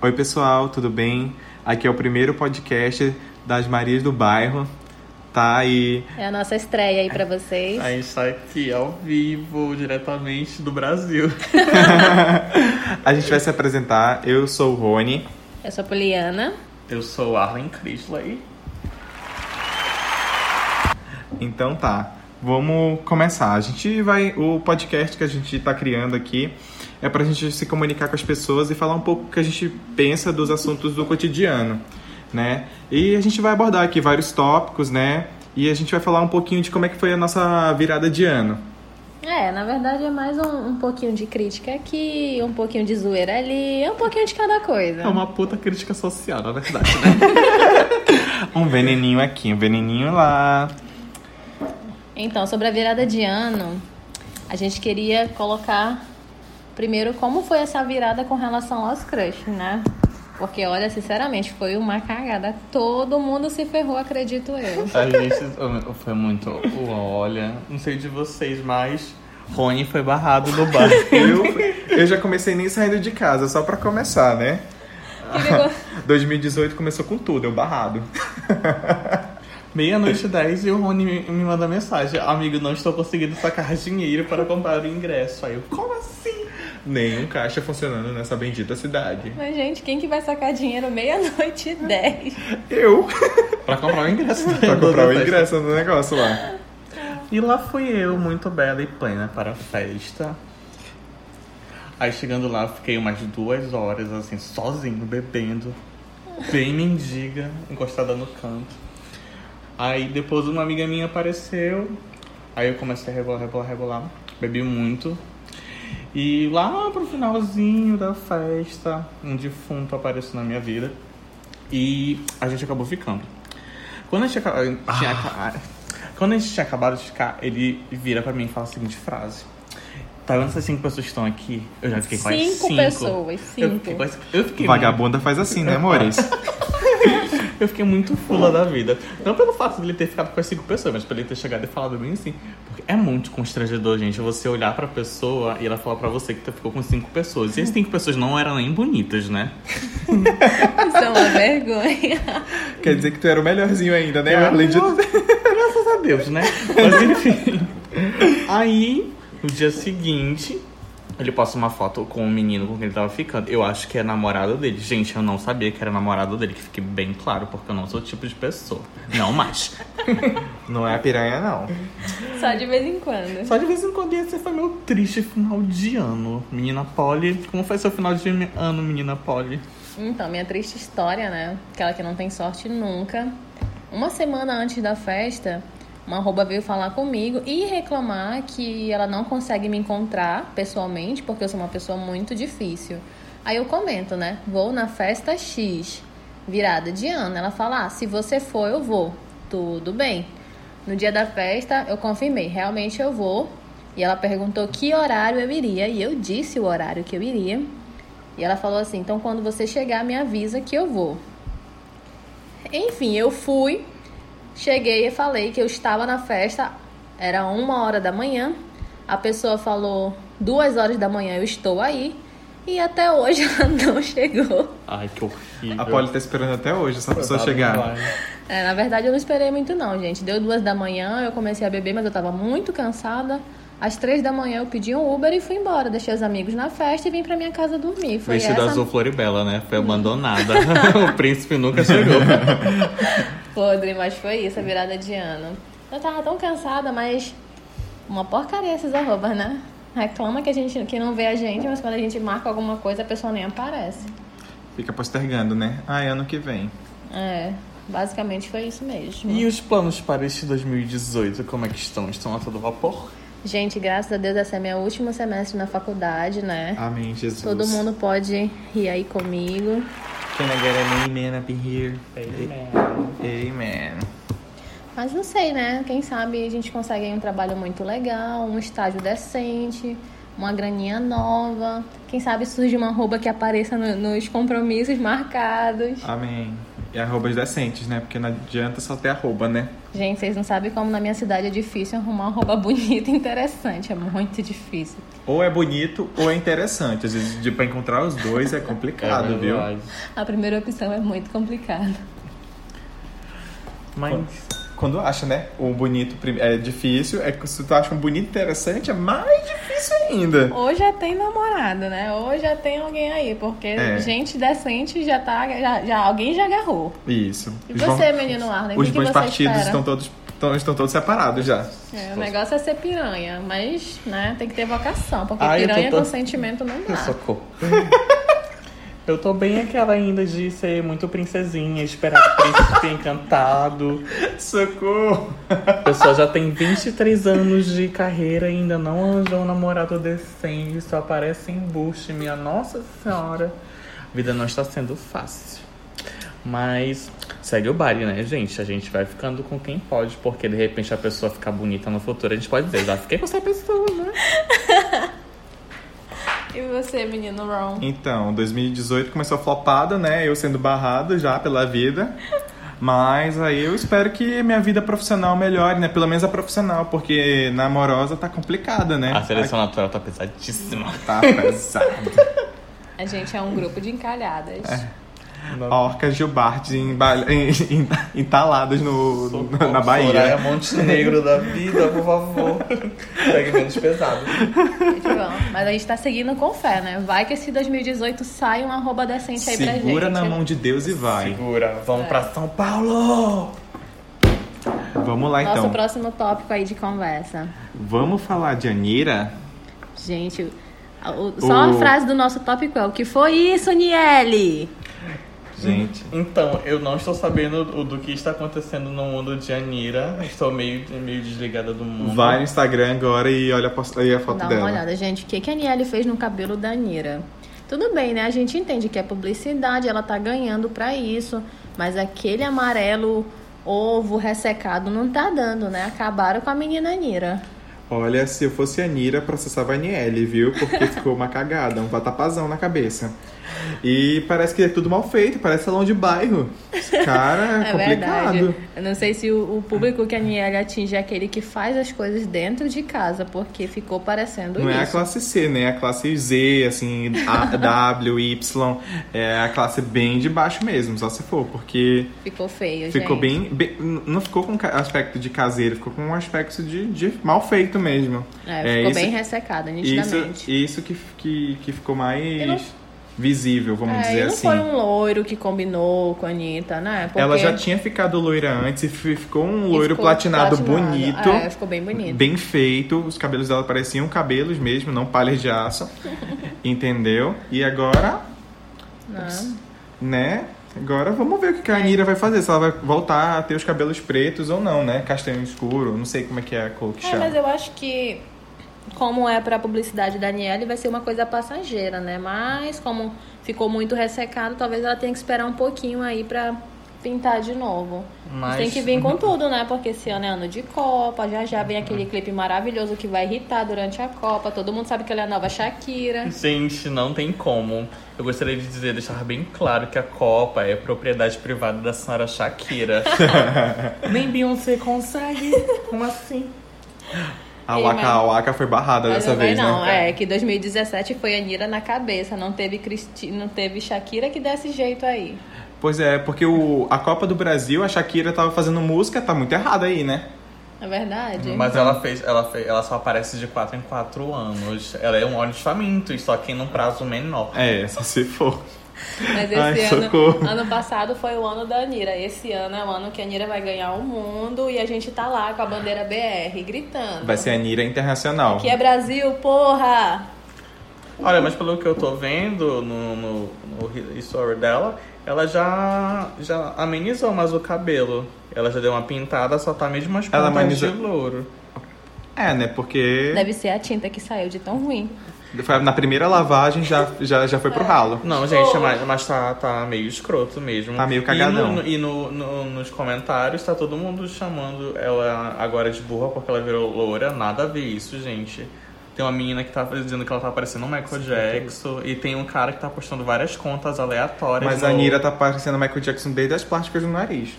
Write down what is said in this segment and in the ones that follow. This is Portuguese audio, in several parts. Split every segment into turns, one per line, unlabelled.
Oi, pessoal, tudo bem? Aqui é o primeiro podcast das Marias do Bairro, tá? E
É a nossa estreia aí pra vocês.
A gente tá aqui ao vivo, diretamente do Brasil.
a gente vai se apresentar. Eu sou o Rony.
Eu sou a Poliana.
Eu sou Arlen Crisley.
Então tá, vamos começar. A gente vai. O podcast que a gente tá criando aqui é pra gente se comunicar com as pessoas e falar um pouco o que a gente pensa dos assuntos do cotidiano, né? E a gente vai abordar aqui vários tópicos, né? E a gente vai falar um pouquinho de como é que foi a nossa virada de ano.
É, na verdade é mais um, um pouquinho de crítica aqui, um pouquinho de zoeira ali, é um pouquinho de cada coisa.
É uma puta crítica social, na verdade, né?
Um veneninho aqui, um veneninho lá.
Então, sobre a virada de ano, a gente queria colocar primeiro como foi essa virada com relação aos crushes, né? Porque, olha, sinceramente, foi uma cagada. Todo mundo se ferrou, acredito eu.
a gente foi muito. Olha, não sei de vocês, mas Rony foi barrado no bar.
Eu, eu já comecei nem saindo de casa, só pra começar, né?
Que negócio-
2018 começou com tudo, eu barrado.
Meia-noite e dez e o Rony me- me manda mensagem: Amigo, não estou conseguindo sacar dinheiro para comprar o ingresso. Aí eu, como assim?
Nenhum um caixa funcionando nessa bendita cidade.
Mas, gente, quem que vai sacar dinheiro meia-noite e dez?
Eu
Pra comprar o ingresso. né?
pra comprar o ingresso do negócio lá.
E lá fui eu, muito bela e plena para a festa. Aí chegando lá, fiquei umas duas horas, assim, sozinho, bebendo. Bem mendiga, encostada no canto. Aí depois uma amiga minha apareceu. Aí eu comecei a rebolar, rebolar, rebolar. Bebi muito. E lá pro finalzinho da festa, um defunto apareceu na minha vida. E a gente acabou ficando. Quando a gente, aca- tinha aca- Quando a gente tinha acabado de ficar, ele vira pra mim e fala a seguinte frase. Tá vendo essas cinco pessoas que estão aqui? Eu já fiquei com as
Cinco
cinco.
pessoas,
Eu
cinco.
fiquei, quase- eu fiquei
Vagabunda faz assim, né, amores?
eu fiquei muito fula da vida. Não pelo fato dele ter ficado com as cinco pessoas, mas por ele ter chegado e falado bem assim. Porque é muito constrangedor, gente, você olhar pra pessoa e ela falar pra você que tu ficou com cinco pessoas. E as cinco pessoas não eram nem bonitas, né?
Isso é uma vergonha.
Quer dizer que tu era o melhorzinho ainda, né? Além de...
Graças a Deus, né? Mas enfim. Aí, no dia seguinte, ele posta uma foto com o menino com quem ele tava ficando. Eu acho que é namorado dele. Gente, eu não sabia que era namorado dele, que fique bem claro, porque eu não sou o tipo de pessoa. Não mais.
Não é a piranha, não.
Só de vez em quando.
Só de vez em quando esse foi meu triste final de ano. Menina Polly, como foi seu final de ano, menina Polly?
Então, minha triste história, né? Aquela que não tem sorte nunca. Uma semana antes da festa, uma arroba veio falar comigo e reclamar que ela não consegue me encontrar pessoalmente, porque eu sou uma pessoa muito difícil. Aí eu comento, né? Vou na festa X, virada de ano. Ela fala: ah, se você for, eu vou. Tudo bem. No dia da festa, eu confirmei, realmente eu vou. E ela perguntou que horário eu iria, e eu disse o horário que eu iria. E ela falou assim: então quando você chegar, me avisa que eu vou. Enfim, eu fui, cheguei e falei que eu estava na festa, era uma hora da manhã. A pessoa falou: duas horas da manhã eu estou aí. E até hoje ela não chegou.
Ai, que horrível.
A Polly tá esperando até hoje essa pessoa chegar.
É, na verdade, eu não esperei muito não, gente. Deu duas da manhã, eu comecei a beber, mas eu tava muito cansada. Às três da manhã eu pedi um Uber e fui embora. Deixei os amigos na festa e vim pra minha casa dormir. Foi
Vestida
essa...
azul Floribela, né? Foi abandonada. o príncipe nunca chegou.
Podre, mas foi isso, a virada de ano. Eu tava tão cansada, mas uma porcaria esses arrobas, né? Reclama que a gente que não vê a gente, mas quando a gente marca alguma coisa, a pessoa nem aparece.
Fica postergando, né? Ai, ano que vem.
É, basicamente foi isso mesmo.
E os planos para este 2018, como é que estão? Estão a todo vapor?
Gente, graças a Deus, essa é meu último semestre na faculdade, né?
Amém, Jesus.
Todo mundo pode rir aí comigo.
Can I get an amen up in here? Amen.
Mas não sei, né? Quem sabe a gente consegue aí um trabalho muito legal, um estágio decente, uma graninha nova. Quem sabe surge uma roupa que apareça no- nos compromissos marcados.
Amém. E arrobas decentes, né? Porque não adianta só ter arroba, né?
Gente, vocês não sabem como na minha cidade é difícil arrumar uma roupa bonita e interessante. É muito difícil.
Ou é bonito ou é interessante. Às vezes, de, pra encontrar os dois é complicado, viu?
verdade.
A primeira opção é muito complicada.
Mas
Quando acha, né? O bonito prim- é difícil. É que se tu acha um bonito interessante, é mais difícil ainda.
Ou já tem namorado, né? Ou já tem alguém aí, porque
É.
gente decente já tá. Já, já- alguém já agarrou.
Isso.
E
Os
você,
bons-
menino Arlen, o
Os
que, que
bons
você
partidos
espera?
estão todos, estão, estão todos separados já.
É, o negócio é ser piranha, mas né, tem que ter vocação, porque
Ah,
Ai, eu tô
piranha
tão-
com sentimento não dá.
um Socorro. Eu tô bem aquela ainda de ser muito princesinha, esperar o príncipe encantado.
Socorro!
A pessoa já tem 23 anos de carreira e ainda não arranjou um namorado decente, só aparece em bush, minha nossa senhora. A vida não está sendo fácil. Mas segue o baile, né, gente? A gente vai ficando com quem pode, porque de repente a pessoa ficar bonita no futuro, a gente pode dizer, já fiquei com essa pessoa, né?
E você, menino Ron?
Então, 2018 começou flopada, né? Eu sendo barrado já pela vida. Mas aí eu espero que minha vida profissional melhore, né? Pelo menos a profissional, porque na amorosa tá complicada, né?
A seleção natural tá pesadíssima.
Tá pesado.
A gente é um grupo de encalhadas.
É. Orcas Gilbarte embal... em- em- entaladas no, na Bahia.
Montenegro da vida, por favor. Pega menos pesado.
Muito bom. Mas a gente tá seguindo com fé, né? Vai que esse 2018 sai um arroba decente aí pra gente.
Segura na mão de Deus e vai.
Segura, vamos pra São Paulo!
Vamos lá
Nosso
então.
próximo tópico aí de conversa.
Vamos falar de Anira?
Gente, o- só
O-
a frase do nosso tópico é o que foi isso, Niele?
Gente.
Então, eu não estou sabendo o do que está acontecendo no mundo de Anira. Estou meio, meio desligada do mundo.
Vai no Instagram agora e olha a, post- aí a
Hum. Dá
foto
uma
dela.
olhada, gente. O que, que a Niele fez no cabelo da Nira? Tudo bem, né? A gente entende que é publicidade, ela tá ganhando pra isso. Mas aquele amarelo ovo ressecado não tá dando, né? Acabaram com a menina Nira.
Olha, se eu fosse a Nira, processava a Niele, viu? Porque ficou uma cagada, um vatapazão na cabeça. E parece que é tudo mal feito, parece salão de bairro. Esse Cara, é,
É
complicado.
verdade. Eu não sei se o, o público que a Niele atinge é aquele que faz as coisas dentro de casa, porque ficou parecendo
Não
isso.
é a classe C, né? É a classe Z, assim, a, W, Y. É a classe bem de baixo mesmo, só se for, porque
Ficou feio,
ficou
gente.
bem, bem- Não ficou com ca- aspecto de caseiro, ficou com um aspecto de, de mal feito mesmo.
É,
É,
ficou
isso-
bem ressecada,
Isso,
nitidamente.
isso que, que, que ficou mais
E não-
visível, vamos
É,
dizer
e não
assim.
foi um loiro que combinou com a Anitta, né? Porque
Ela já tinha ficado loira antes e fi- ficou um
e
loiro
ficou
platinado, bonito,
É, ficou bem bonito.
bem feito. Os cabelos dela pareciam cabelos mesmo, não palhas de aço. entendeu? E agora,
né?
né? Agora vamos ver o que que a Anira vai fazer. Se ela vai voltar a ter os cabelos pretos ou não, né? Castanho escuro, não sei como é que é a cor que
É, mas
chama.
eu acho que como é pra publicidade da Daniele, vai ser uma coisa passageira, né? Mas como ficou muito ressecado, talvez ela tenha que esperar um pouquinho aí pra pintar de novo.
Mas-
Tem que vir com tudo, né? Porque esse ano é ano de Copa, já já vem aquele clipe maravilhoso que vai irritar durante a Copa. Todo mundo sabe que ela é a nova Shakira.
Gente, não tem como. Eu gostaria de dizer, deixar bem claro que a Copa é propriedade privada da senhora Shakira. Nem Beyoncé consegue. Como assim?
A Waka, a Waka foi barrada
Mas
dessa
não vai
vez,
não,
né?
é que 2017 foi a Nira na cabeça, não teve Cristi, não teve Shakira que desse jeito aí.
Pois é, porque o, a Copa do Brasil, a Shakira tava fazendo música, tá muito errada aí, né?
É verdade.
Mas ela fez, ela fez, ela só aparece de 4 em 4 anos. Ela é um olhos famintos, só que num prazo menor.
É, só se for.
Mas esse
Ai,
ano,
socorro.
ano passado foi o ano da Anira. Esse ano é o ano que a Anira vai ganhar o mundo e a gente tá lá com a bandeira BR gritando.
Vai ser a Anira Internacional.
Que é Brasil, porra!
Olha, mas pelo que eu tô vendo no, no, no story dela, ela já, já amenizou mais o cabelo. Ela já deu uma pintada, só tá mesmo as
Ela
pontas
ameniza-
de louro.
É, né? Porque
Deve ser a tinta que saiu de tão ruim.
foi- na primeira lavagem já, já, já foi pro ralo.
Não, gente,
Oh.
mas, mas tá, tá meio escroto mesmo.
Tá meio cagadão.
E, no- no- e no- no- nos comentários tá todo mundo chamando ela agora de burra porque ela virou loura. Nada a ver isso, gente. Tem Tem uma menina que tá dizendo que ela tá aparecendo um Michael Jackson. E tem um cara que tá postando várias contas aleatórias.
Mas
no-
a Nira tá parecendo Michael Jackson desde as plásticas do nariz.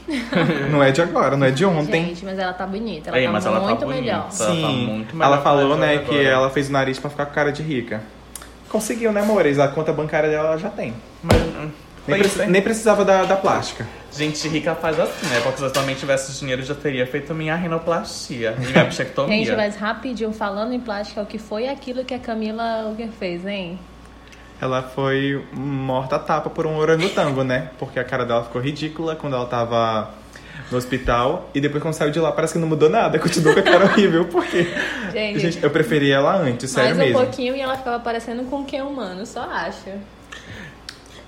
não é de agora, não é de ontem.
Gente, mas ela tá bonita. Ela
Ei,
tá
mas ela tá
muito
bonita.
melhor.
Ela tá
Sim,
muito
ela
melhor
falou,
que
né,
agora.
que ela fez o nariz pra ficar com cara de rica. Conseguiu, né, amores? A conta bancária dela ela já tem.
Mas, hum,
Nem,
foi
preci-
isso, hein?
nem precisava da, da plástica.
Gente rica faz assim, né? Porque se eu também tivesse dinheiro, eu já teria feito minha rinoplastia e minha bichectomia.
Gente, mas rapidinho, falando em plástica, o que foi aquilo que a Camila Uger fez, hein?
Ela foi morta a tapa por um orangotango, né? Porque a cara dela ficou ridícula quando ela tava no hospital. E depois quando saiu de lá, parece que não mudou nada. Continua com a cara horrível. Por quê?
Gente,
Gente, eu preferi ela antes, sério
mais
mesmo.
um pouquinho e ela ficava parecendo com quem é humano, só acho.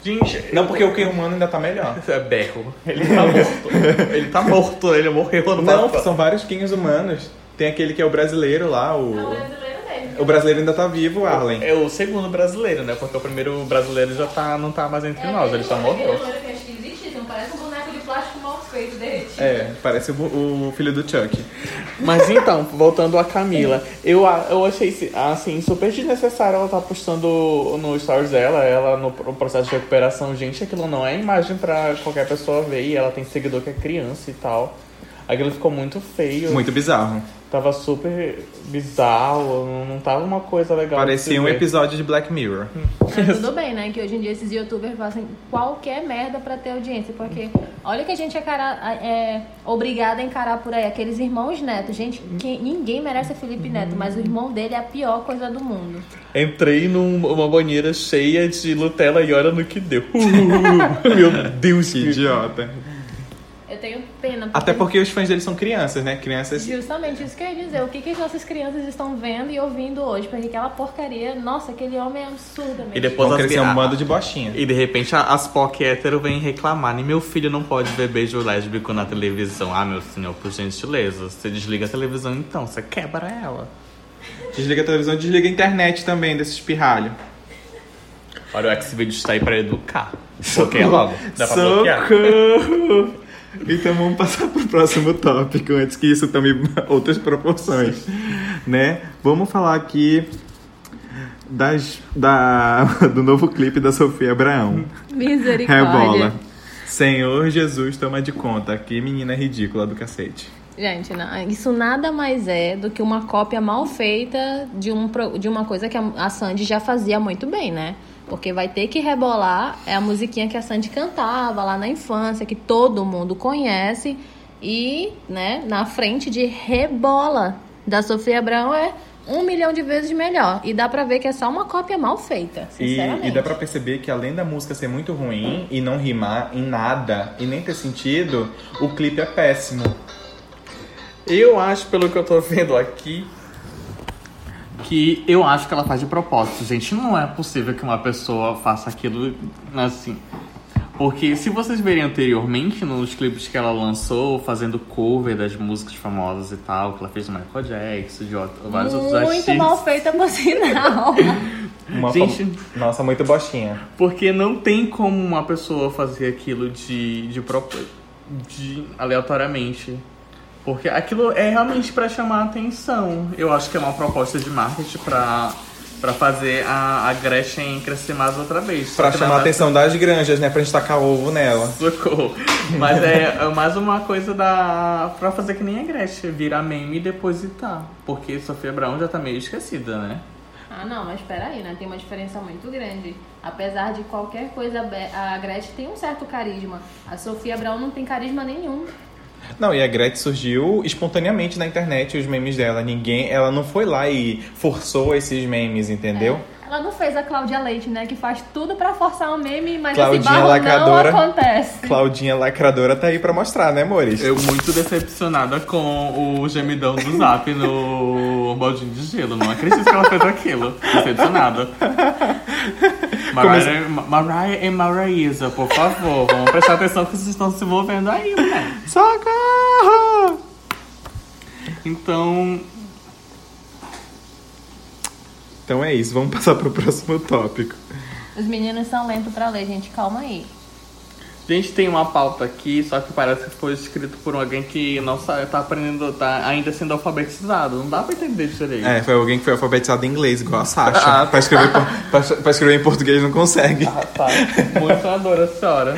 Gente,
Não, porque o que é humano ainda tá melhor.
É berro. Ele tá morto. ele tá morto, ele morreu ano
Não,
passado.
são vários quinhos humanos. Tem aquele que é o brasileiro lá, o...
É brasileiro mesmo.
O brasileiro ainda tá vivo, Arlen.
É o segundo brasileiro, né? Porque o primeiro brasileiro já tá, não tá mais entre
É,
nós, ele já morreu.
que acho que existe, não parece um boneco de plástico mal feito, derretido.
É, parece o, o filho do Chuck.
Mas então, voltando a Camila, eu, a- eu achei assim, super desnecessário ela tá postando no stories dela, ela no pro- processo de recuperação, gente, aquilo não é imagem pra qualquer pessoa ver, e ela tem seguidor que é criança e tal. Aquilo ficou muito feio.
Muito bizarro.
Tava super bizarro, não, não tava uma coisa legal. de se
Parecia um
ver.
episódio de Black Mirror.
Mas tudo bem, né? Que hoje em dia esses youtubers fazem qualquer merda pra ter audiência. Porque olha que a gente é, cara- é obrigada a encarar por aí. Aqueles irmãos netos. Gente, que ninguém merece o Felipe Neto, mas o irmão dele é a pior coisa do mundo.
Entrei numa banheira cheia de Nutella e olha no que deu. Meu Deus,
Que idiota.
Eu tenho pena.
Até porque os fãs dele são crianças, né? Crianças.
Justamente isso que eu ia dizer. O que, que as nossas crianças estão vendo e ouvindo hoje? Porque aquela porcaria. Nossa, aquele homem é absurdamente.
E depois
Vão
as
crescer
pi-
um bando de bochinha.
E de repente a- as POC hétero vêm reclamar. E meu filho não pode ver beijo lésbico na televisão. Ah, meu senhor, por gentileza. Você desliga a televisão então, você quebra ela.
Desliga a televisão, desliga a internet também desses pirralhos.
Olha, o Xvideos tá aí pra educar. Bloqueia logo. Dá pra bloquear?
Socorro! Então vamos passar pro próximo tópico, antes que isso tome outras proporções, né? Vamos falar aqui das, da, do novo clipe da Sofia Abraão.
Misericórdia.
Rebola. Senhor Jesus, toma de conta. Que menina ridícula do cacete.
Gente, na- isso nada mais é do que uma cópia mal feita de, um, pro- de uma coisa que a, a Sandy já fazia muito bem, né? Porque vai ter que rebolar é a musiquinha que a Sandy cantava lá na infância, que todo mundo conhece. E, né, na frente de Rebola da Sofia Abrão é um milhão de vezes melhor. E dá pra ver que é só uma cópia mal feita,
E,
sinceramente.
e dá pra perceber que além da música ser muito ruim e não rimar em nada e nem ter sentido, o clipe é péssimo.
Eu acho, pelo que eu tô vendo aqui, que eu acho que ela faz de propósito. Gente, não é possível que uma pessoa faça aquilo assim. Porque se vocês verem anteriormente nos clipes que ela lançou, fazendo cover das músicas famosas e tal, que ela fez do Michael Jackson, de outro- vários outros
Muito
artistas.
mal feita, por sinal.
Uma
Gente-
fam- Nossa, muito bostinha.
Porque não tem como uma pessoa fazer aquilo de, de, prop- de aleatoriamente. Porque aquilo é realmente pra chamar a atenção. Eu acho que é uma proposta de marketing pra, pra fazer a, a Gretchen crescer mais outra vez.
Pra
Só que
chamar a
na-
atenção das granjas, né? Pra gente tacar ovo nela.
Socorro. Mas é, é mais uma coisa da. pra fazer que nem a Gretchen, virar meme e depositar. Porque Sofia Brown já tá meio esquecida, né?
Ah, não, mas peraí, né? Tem uma diferença muito grande. Apesar de qualquer coisa, be- a Gretchen tem um certo carisma. A Sofia Abraão não tem carisma nenhum.
Não, e a Gretchen surgiu espontaneamente na internet os memes dela. Ninguém, ela não foi lá e forçou esses memes, entendeu?
Ela não fez a Cláudia Leite, né? Que faz tudo pra forçar um meme, mas
Claudinha
esse barro
lacradora.
não acontece.
Claudinha lacradora tá aí pra mostrar, né, amores?
Eu muito decepcionada com o gemidão do Zap no baldinho de gelo. Não acredito que ela fez aquilo. Decepcionada. Mariah, Ma- Mariah e Maraísa, por favor, vamos prestar atenção que vocês estão se envolvendo aí, né?
Socorro!
Então,
Então é isso, vamos passar pro próximo tópico.
Os meninos são lentos pra ler, gente. Calma aí.
A gente tem uma pauta aqui, só que parece que foi escrito por alguém que não sabe, tá aprendendo, tá ainda sendo alfabetizado. Não dá pra entender direito.
É, foi alguém que foi alfabetizado em inglês, igual a Sasha.
Ah,
pra, escrever, por- pra, pra escrever em português não consegue.
Ah, tá. Muito sonadora a senhora.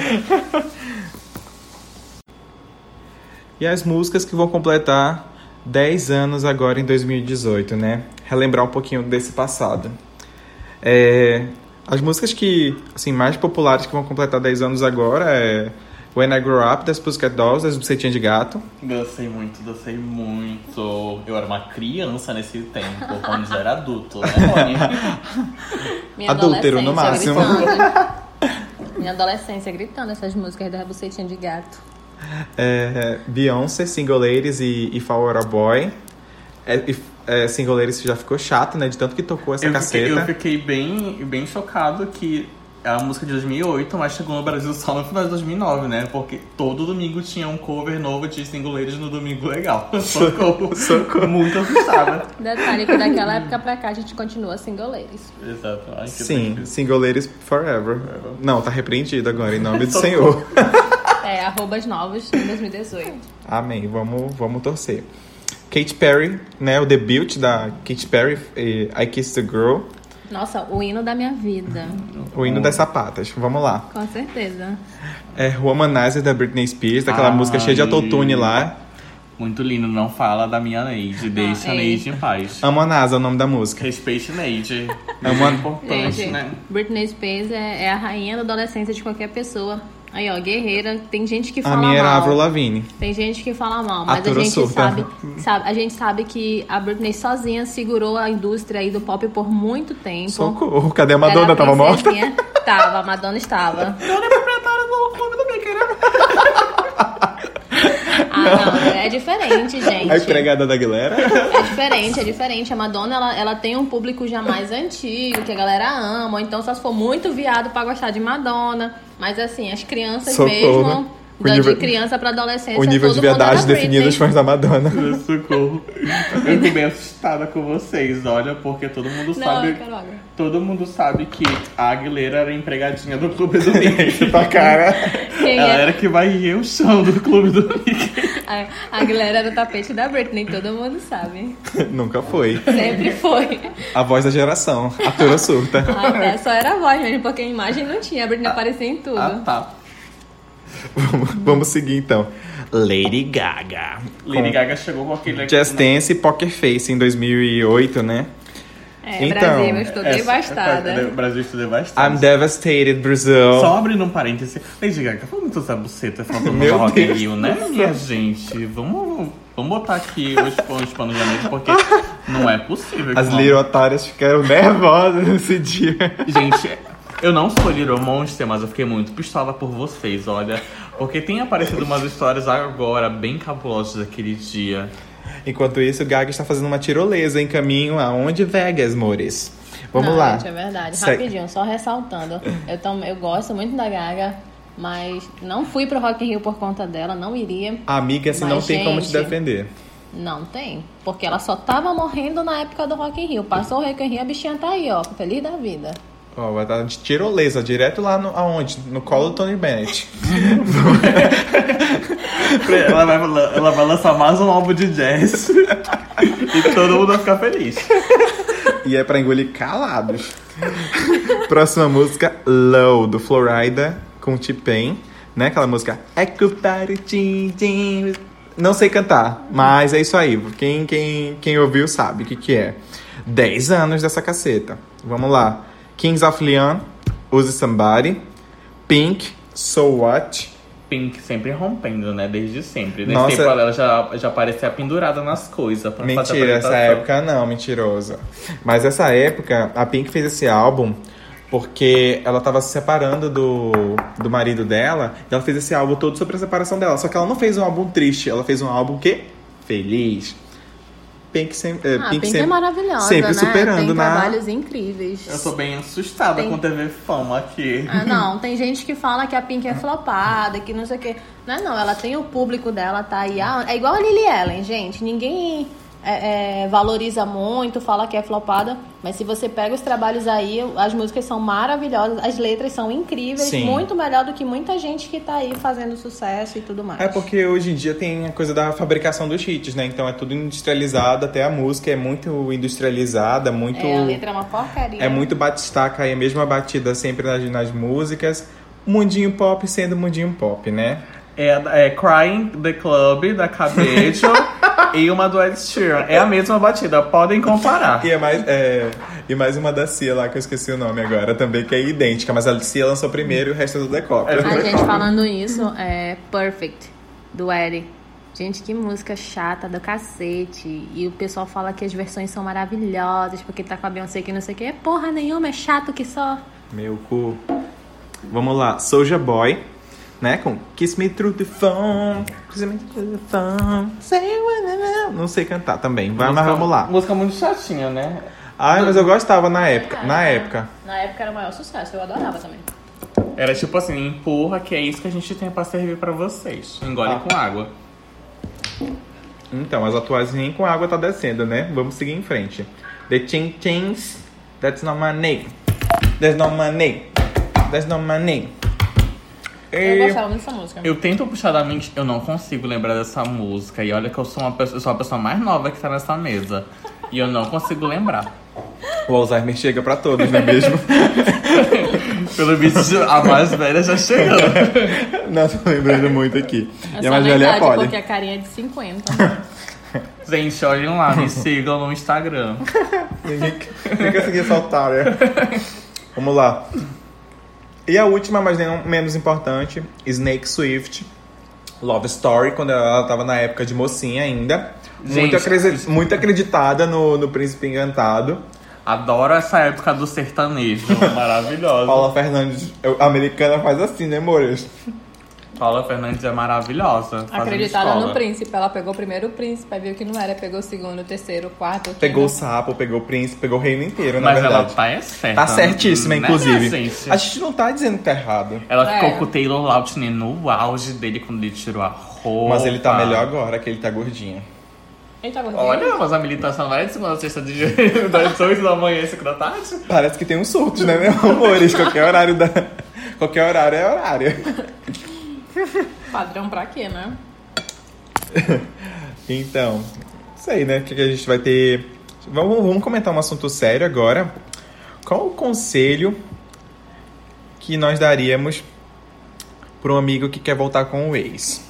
E as músicas que vão completar 10 anos agora em 2018, né? Relembrar um pouquinho desse passado. É, as músicas que, assim, mais populares que vão completar 10 anos agora é When I Grow Up, das Pussycat Dolls, das Bucetinha de Gato.
Dancei muito, dancei muito. Eu era uma criança nesse tempo, quando já era adulto, né, Rony?
Minha
Adúltero, no
adolescência
máximo.
gritando. Minha adolescência gritando essas músicas da bucetinha de gato.
É, Beyoncé, Single Ladies e, e Fall Out Boy. É, e, é, Single Ladies já ficou chato, né? De tanto que tocou essa
Eu
caceta.
fiquei, eu fiquei bem, bem chocado que é a música de 2008, mas chegou no Brasil só no final de 2009, né? Porque todo domingo tinha um cover novo de Singuleiros no Domingo Legal. Socorro. Socorro. Muito assustada.
Detalhe que daquela época pra cá a gente continua single ladies.
Exato. Ai, que
Sim,
triste.
Single Ladies Forever.
Forever.
Não, tá repreendido agora, em nome do
Tá
Senhor.
É, arrobas novos em 2018.
Amém, vamos, vamos torcer. Katy Perry, né? O debut da Katy Perry, eh, I Kissed a Girl,
Nossa, o hino da minha vida.
o
Hum.
hino das sapatas. Vamos lá.
Com certeza.
É Womanizer da Britney Spears, daquela
Ah,
Ai.
música cheia de autotune lá.
Muito lindo, não fala da minha Neide. Deixa a
ei.
Neide em paz.
Amo a NASA, é o nome da música.
Respeite Neide.
É
É
uma-
importante,
Gente,
né?
Britney Spears é, é a rainha da adolescência de qualquer pessoa. Aí, ó, guerreira. Tem gente que fala
A minha era
mal.
Avril Lavigne.
Tem gente que fala mal, mas a
Atura
gente
surda.
sabe, sabe- a gente sabe que a Britney sozinha segurou a indústria aí do pop por muito tempo.
Socorro, cadê a
Ela um era
Madonna? Tava morta?
princesinha. Tava, a Madonna estava. né? Ah, não, é diferente, gente.
A empregada da galera?
É diferente, é diferente. A Madonna, ela, ela tem um público já mais antigo, que a galera ama. ou Então, só se for muito viado pra gostar de Madonna. Mas, assim, as crianças
Socorro. né?
mesmo,
O
da-
nível-
de criança pra adolescência,
o nível de
é todo mundo
verdade
ama
definido os
Britney.
fãs da Madonna.
Socorro. Eu fiquei bem assustada com vocês, olha, porque todo mundo
Não,
sabe.
Carol.
Todo mundo sabe que a Aguilera era empregadinha do Clube do Mickey.
Pra cara.
Quem
Ela
é?
era que varria o chão do Clube do Mickey.
A, a galera era o tapete da Britney, todo mundo sabe.
Nunca foi.
Sempre foi.
A voz da geração. Atura surta.
Até só era a voz mesmo, porque a imagem não tinha. A Britney aparecia em tudo.
Ah, tá.
Vamos, vamos seguir então. Lady Gaga.
Lady
Com
Gaga é chegou com aquele...
Just Dance e Poker Face em 2008, né?
É,
Então, é
Brasil, eu estou
Essa- é,
devastada.
O Brasil está devastado.
I'm devastated, Brazil.
Só abrindo um parêntese. Lady Gaga, vamos usar buceta falando
Meu
no Rock in
Deus.
Rio, né, minha gente? Vamos, vamos botar aqui os pães os panos de mesa, porque não é possível. que
As
não-
Little Otárias ficaram nervosas nesse dia.
Gente, eu não sou Little Monster, mas eu fiquei muito pistola por vocês, olha. Porque tem aparecido umas histórias agora bem cabulosas daquele dia.
Enquanto isso, Gaga está fazendo uma tirolesa em caminho aonde Vegas, mores. Vamos
Não,
lá.
Gente, é verdade.
Segue.
Rapidinho, só ressaltando. Eu, tam, eu gosto muito da Gaga, mas não fui pro Rock in Rio por conta dela, não iria.
Amiga, se
Mas,
não tem como te
gente,
defender.
Não tem. Porque ela só tava morrendo na época do Rock in Rio. Passou o Rock in Rio, a bichinha tá aí, ó. Feliz da vida.
Ó, vai estar de tirolesa, direto lá no, aonde? No colo do Tony Bennett.
Ela vai, lan- ela vai lançar mais um álbum de jazz. e todo mundo vai ficar feliz.
e é pra engolir calados. Próxima música, Low, do Florida, com T-Pain. Né? Aquela música... É culpado, tchim, tchim. Não sei cantar, mas é isso aí. Quem, quem, quem ouviu sabe o que, que é. 10 anos dessa caceta. Vamos lá. Kings of Leon, Use Somebody. Pink, So What.
Pink sempre rompendo, né? Desde sempre. Nesse
Nossa.
tempo ela já, já parecia pendurada nas coisas. pra fazer
Mentira, essa
apresentação.
época não, mentirosa. Mas essa época, a Pink fez esse álbum porque ela tava se separando do, do marido dela e ela fez esse álbum todo sobre a separação dela. Só que ela não fez um álbum triste, ela fez um álbum que feliz. Pink, sem, é,
Ah,
Pink,
Pink,
sem-
é maravilhosa,
sempre
né?
superando
Tem
na-
trabalhos incríveis.
Eu tô bem assustada
Tem-
com TV Fama aqui.
Ah, não, tem gente que fala que a Pink é flopada, que não sei o quê. Não é não, ela tem o público dela, tá aí. Ah, É igual a Lily Allen, gente. Ninguém é, é, valoriza muito, fala que é flopada, mas se você pega os trabalhos aí, as músicas são maravilhosas, as letras são incríveis,
Sim.
muito melhor do que muita gente que tá aí fazendo sucesso e tudo mais.
É porque hoje em dia tem a coisa da fabricação dos hits, né? Então é tudo industrializado, até a música é muito industrializada, muito.
É, a letra é uma porcaria.
É muito batistaca aí, a mesma batida sempre nas, nas músicas. Mundinho pop sendo mundinho pop, né?
É, a- é Crying the Club, da Cabejo, e uma do Ed Sheeran. É a mesma batida, podem comparar.
E, é mais, é, e mais uma da Cia lá, que eu esqueci o nome agora também, que é idêntica, mas a Cia lançou primeiro e o resto tudo é cópia.
A gente falando isso, é Perfect, do Eric. Gente, que música chata do cacete. E o pessoal fala que as versões são maravilhosas, porque tá com a Beyoncé que não sei o que. É porra nenhuma, é chato que só.
Meu cu. Vamos lá, Soulja Boy, né? Com Kiss Me Through the Phone, Kiss Me Through the Phone, Say What I Know. Não sei cantar também, vai, mas
Música-
vamos lá.
Música muito chatinha, né?
Ai, mas eu gostava na época, na época.
Na época era o maior sucesso, eu adorava também.
Era tipo assim, empurra que é isso que a gente tem pra servir pra vocês. Engole
Ah.
com água.
Então, as atuais nem com água tá descendo, né? Vamos seguir em frente. The Ching Chings, that's not my name. That's not my name. That's not my name.
Eu
E...
gostava muito dessa música.
Eu tento puxar da mente, eu não consigo lembrar dessa música. E olha que eu sou uma pessoa, eu sou a pessoa mais nova que tá nessa mesa. E eu não consigo lembrar.
O Alzheimer chega pra todos, não é mesmo?
Pelo visto, a mais velha já chegou.
não, tô lembrando muito aqui.
Eu
E a
sou
mais
na
velha é a
idade,
Polly.
porque a carinha é de 50.
Gente, olhem lá, me sigam no Instagram.
Ninguém, ninguém conseguia saltar, né? Vamos lá. E a última, mas não menos importante, Snake Swift. Love Story, quando ela tava na época de mocinha ainda.
Gente. é
Muito, acre- muito acreditada no, no Príncipe Encantado.
Adoro essa época do sertanejo. Maravilhosa.
Paula Fernandes, eu- americana, faz assim, né, Moras?
Paula Fernandes é maravilhosa. fazendo
Acreditada
escola.
no príncipe. Ela pegou o primeiro príncipe, aí viu que não era, pegou o segundo, o terceiro, o quarto. o quinto.
Pegou o sapo, pegou o príncipe, pegou o reino inteiro, na
Mas ela
verdade.
tá é certa.
Tá certíssima,
né,
inclusive.
gente?
A gente não tá dizendo que tá errado.
Ela
É.
ficou com o Taylor Lautner no auge dele quando ele tirou a roupa.
Mas ele tá melhor agora, que ele tá gordinho.
Ele tá gordinho.
Olha, mas a militação vai de segunda a sexta de janeiro, das 8 da manhã e 5 da tarde.
Parece que tem uns surtos, né, meu amores? Qualquer horário da. Qualquer horário é horário.
Padrão pra quê, né?
Então, não sei, né? O que que a gente vai ter. Vamos, vamos comentar um assunto sério agora. Qual o conselho que nós daríamos para um amigo que quer voltar com o ex?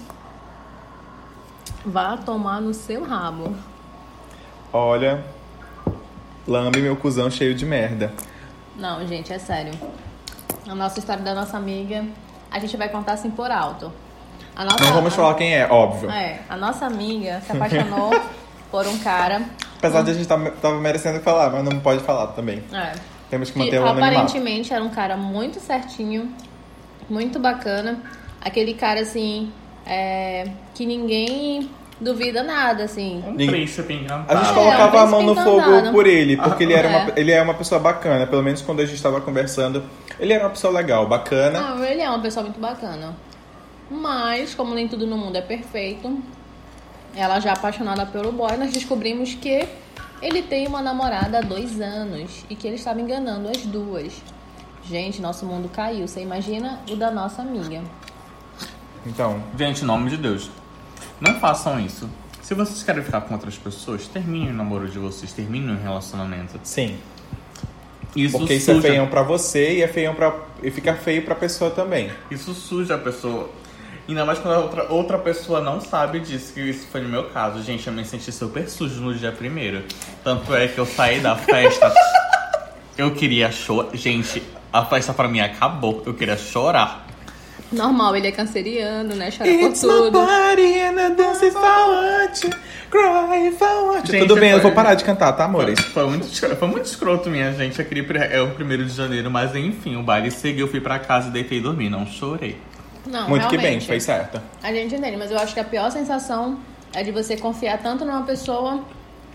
Vá tomar no seu rabo.
Olha, lambe meu cuzão cheio de merda.
Não, gente, é sério. A nossa história da nossa amiga, a gente vai contar assim por alto. A nossa,
Não vamos falar quem é, óbvio.
É, a nossa amiga se apaixonou por um cara.
Apesar de a gente tá, tava merecendo falar, mas não pode falar também.
É,
Temos que
que
manter o anonimato.
aparentemente era um cara muito certinho, muito bacana. Aquele cara assim, é, que ninguém duvida nada, assim.
Um
Ninguém-
príncipe
A
encantado.
gente
É,
colocava
o
a mão no
príncipe encantado.
fogo por ele, porque ele, era
É.
uma, ele é uma pessoa bacana, pelo menos quando a gente estava conversando. Ele era uma pessoa legal, bacana.
Não, ele é uma pessoa muito bacana. Mas, como nem tudo no mundo é perfeito, ela já é apaixonada pelo boy, nós descobrimos que ele tem uma namorada há dois anos e que ele estava enganando as duas. Gente, nosso mundo caiu. Você imagina o da nossa amiga. Ah.
Então,
Gente, em nome de Deus, não façam isso. Se vocês querem ficar com outras pessoas, terminem o namoro de vocês, terminem o relacionamento.
sim.
Isso
Porque isso
suja,
é feião pra você e é feião pra. E fica feio pra pessoa também.
isso suja a pessoa. Ainda mais quando a outra, outra pessoa não sabe disso, que isso foi no meu caso. Gente, eu me senti super sujo no dia primeiro. Tanto é que eu saí da festa, eu queria chorar. Gente, a festa pra mim acabou, eu queria chorar.
Normal, ele é canceriano, né? Chora por tudo.
party and I dance if I want you, cry if I want you.
Gente,
Tudo bem, eu vou
foi-
parar de cantar, tá, amores?
Foi muito, escro- foi muito escroto, minha gente. Eu queria ir pra- é o primeiro de janeiro, mas enfim, o baile seguiu, fui pra casa, deitei e dormi, não chorei.
Não,
Muito que bem,
realmente.
fez certo.
A gente entende, mas eu acho que a pior sensação é de você confiar tanto numa pessoa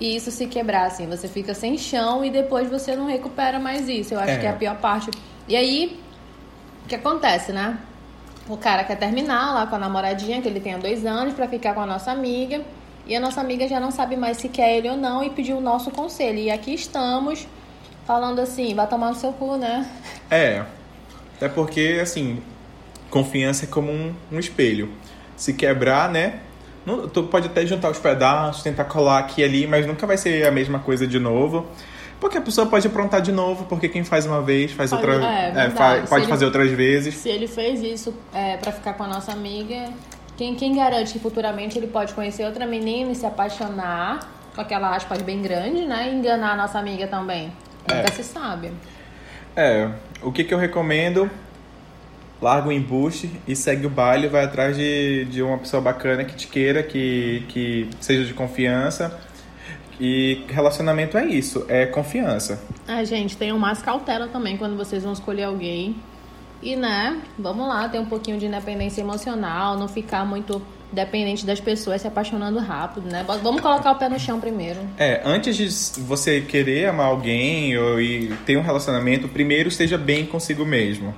e isso se quebrar, assim. Você fica sem chão e depois você não recupera mais isso. Eu acho
É.
que é a pior parte. E aí, o que acontece, né? O cara quer terminar lá com a namoradinha, que ele tem há dois anos, pra ficar com a nossa amiga. E a nossa amiga já não sabe mais se quer ele ou não e pediu o nosso conselho. E aqui estamos, falando assim, vai tomar no seu cu, né?
É. Até porque, assim, confiança é como um, um espelho. Se quebrar, né? não- tu pode até juntar os pedaços, tentar colar aqui e ali, mas nunca vai ser a mesma coisa de novo. Porque a pessoa pode aprontar de novo, porque quem faz uma vez faz
Pode-
outra.
é,
é,
verdade.
fa-
Se
pode
ele-
fazer outras vezes.
Se ele fez isso é, para ficar com a nossa amiga, quem, quem garante que futuramente ele pode conhecer outra menina e se apaixonar com aquela aspas bem grande, né? E enganar a nossa amiga também.
É.
Nunca se sabe.
É, o que, que eu recomendo? Larga o embuste e segue o baile, vai atrás de, de uma pessoa bacana que te queira, que, que seja de confiança. E relacionamento é isso, é confiança.
Ah, gente, tenham mais cautela também quando vocês vão escolher alguém. E, né, vamos lá, ter um pouquinho de independência emocional, não ficar muito dependente das pessoas se apaixonando rápido, né? Bo- Vamos colocar o pé no chão primeiro.
É, antes de s- você querer amar alguém ou e ter um relacionamento, primeiro esteja bem consigo mesmo.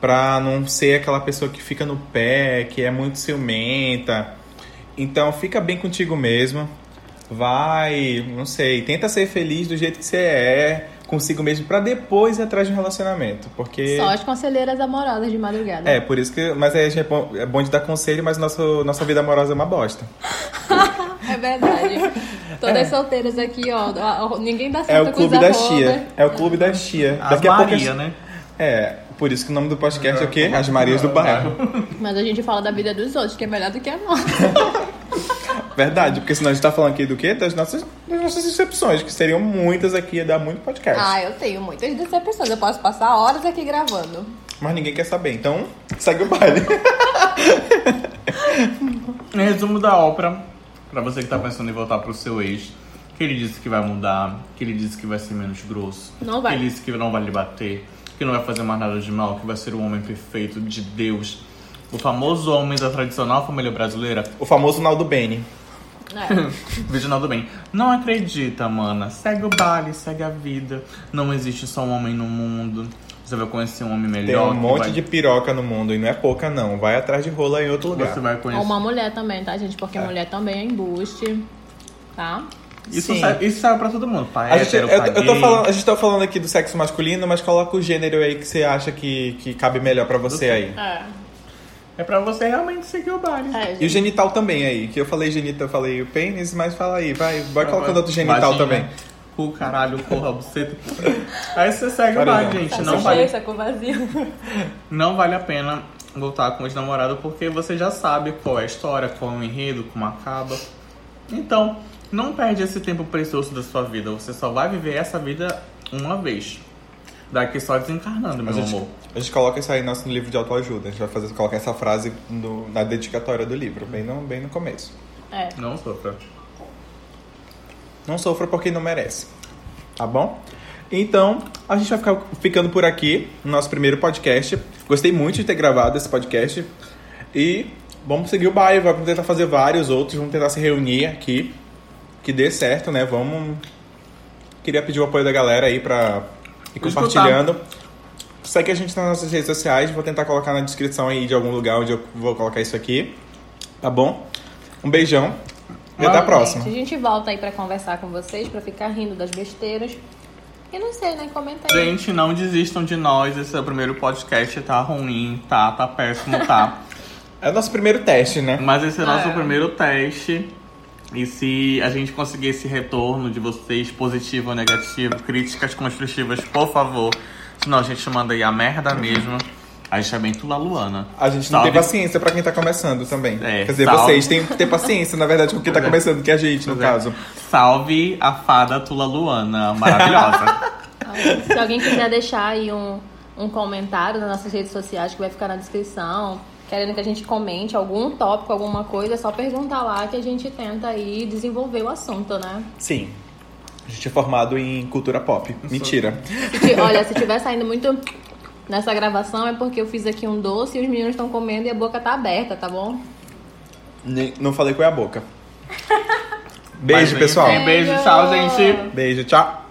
Pra não ser aquela pessoa que fica no pé, que é muito ciumenta. Então, fica bem contigo mesmo. Vai, não sei, tenta ser feliz do jeito que você é, consigo mesmo, pra depois ir atrás de um relacionamento. Porque.
Só né? as conselheiras amorosas de madrugada.
É, por isso que. Mas aí a gente é bom, é bom de dar conselho, mas nosso, nossa vida amorosa é uma bosta.
É verdade. Todas solteiras aqui, ó, ó, ó, Ninguém dá
É
certo
o
com os
clube da
arroba.
tia. É o clube da tia.
As
a pouco a
Maria,
gente-
né?
É, por isso que o nome do podcast é o quê? As Marias do Bairro.
Mas a gente fala da vida dos outros, que é melhor do que a nossa.
Verdade, porque senão a gente tá falando aqui do quê? Das nossas, das nossas decepções, que seriam muitas aqui, ia dar muito podcast.
ah, eu tenho muitas decepções. Eu posso passar horas aqui gravando.
Mas ninguém quer saber, então segue o baile.
Em resumo da ópera, pra você que tá pensando em voltar pro seu ex, que ele disse que vai mudar, que ele disse que vai ser menos grosso,
Não vai.
que ele disse que não vai lhe bater, que não vai fazer mais nada de mal, que vai ser o homem perfeito de Deus, o famoso homem da tradicional família brasileira,
O famoso Naldo Bene.
É.
Viginaldo Bem. Não acredita, mana. Segue o baile, segue a vida. Não existe só um homem no mundo. Você vai conhecer um homem
Tem um
melhor. que
monte
vai-
de piroca no mundo, e não é pouca não. Vai atrás de rola em outro lugar.
Você vai
Ou
conhecer.
uma mulher também, tá, gente? Porque mulher também é embuste. Tá?
Isso,
Sim.
serve, isso serve pra todo mundo. Pra
A gente,
hétero,
eu- eu
pra
tô
gay.
falando- a gente tá falando aqui do sexo masculino, mas coloca o gênero aí que você acha que, que cabe melhor pra você aí.
É.
É pra você realmente seguir o baile.
É, gente.
E o genital também aí, que eu falei genital, eu falei o pênis, mas fala aí, vai, vai
Pra-
colocando outro genital
Vagina,
também.
Cu, caralho, porra, buceta. Aí você segue
Por
o baile,
exemplo.
gente.
Saco
Não
cheio,
vale,
saco vazio.
não vale a pena voltar com o ex-namorado porque você já sabe qual é a história, qual é o enredo, como acaba. Então, não perde esse tempo precioso da sua vida. Você só vai viver essa vida uma vez. Daqui só desencarnando, meu
Mas a gente,
amor.
a gente coloca isso aí no nosso livro de autoajuda. A gente vai fazer, colocar essa frase no- na dedicatória do livro, bem no, bem no começo.
É.
Não sofra.
Não sofra por quem não merece. Tá bom? Então, a gente vai ficar ficando por aqui no nosso primeiro podcast. Gostei muito de ter gravado esse podcast. E vamos seguir o baile, vamos tentar fazer vários outros, vamos tentar se reunir aqui. Que dê certo, né? Vamos. Queria pedir o apoio da galera aí pra ir
Vou
compartilhando. Segue a gente nas nossas redes sociais, vou tentar colocar na descrição aí de algum lugar onde eu vou colocar isso aqui. Tá bom? Um beijão e até a
Valeu,
próxima.
Gente, a gente volta aí pra conversar com vocês, pra ficar rindo das besteiras. E não sei, né? Comenta aí.
Gente, não desistam de nós. Esse é o primeiro podcast. Tá ruim, tá, tá péssimo, tá.
É o nosso primeiro teste, né?
Mas esse é o nosso
É.
primeiro teste. E se a gente conseguir esse retorno de vocês, positivo ou negativo, críticas construtivas, por favor. Senão a gente manda aí a merda mesmo. A gente é bem Tula Luana.
A gente não tem
Salve.
paciência pra quem tá começando também.
É,
Quer dizer,
salve.
vocês têm que ter paciência, na verdade, com quem tá
É.
começando, que é a gente, no
Pois é.
caso.
Salve a fada Tula Luana, maravilhosa.
Ah, Se alguém quiser deixar aí um, um comentário nas nossas redes sociais que vai ficar na descrição, querendo que a gente comente algum tópico, alguma coisa, é só perguntar lá que a gente tenta aí desenvolver o assunto, né?
Sim. A gente é formado em cultura pop. Mentira.
Se ti- Olha, se tiver saindo muito nessa gravação é porque eu fiz aqui um doce e os meninos estão comendo e a boca tá aberta, tá bom?
Nem- Não falei com a boca. Beijo,
Mas,
pessoal.
enfim, Beijo, tchau, gente.
Beijo, tchau.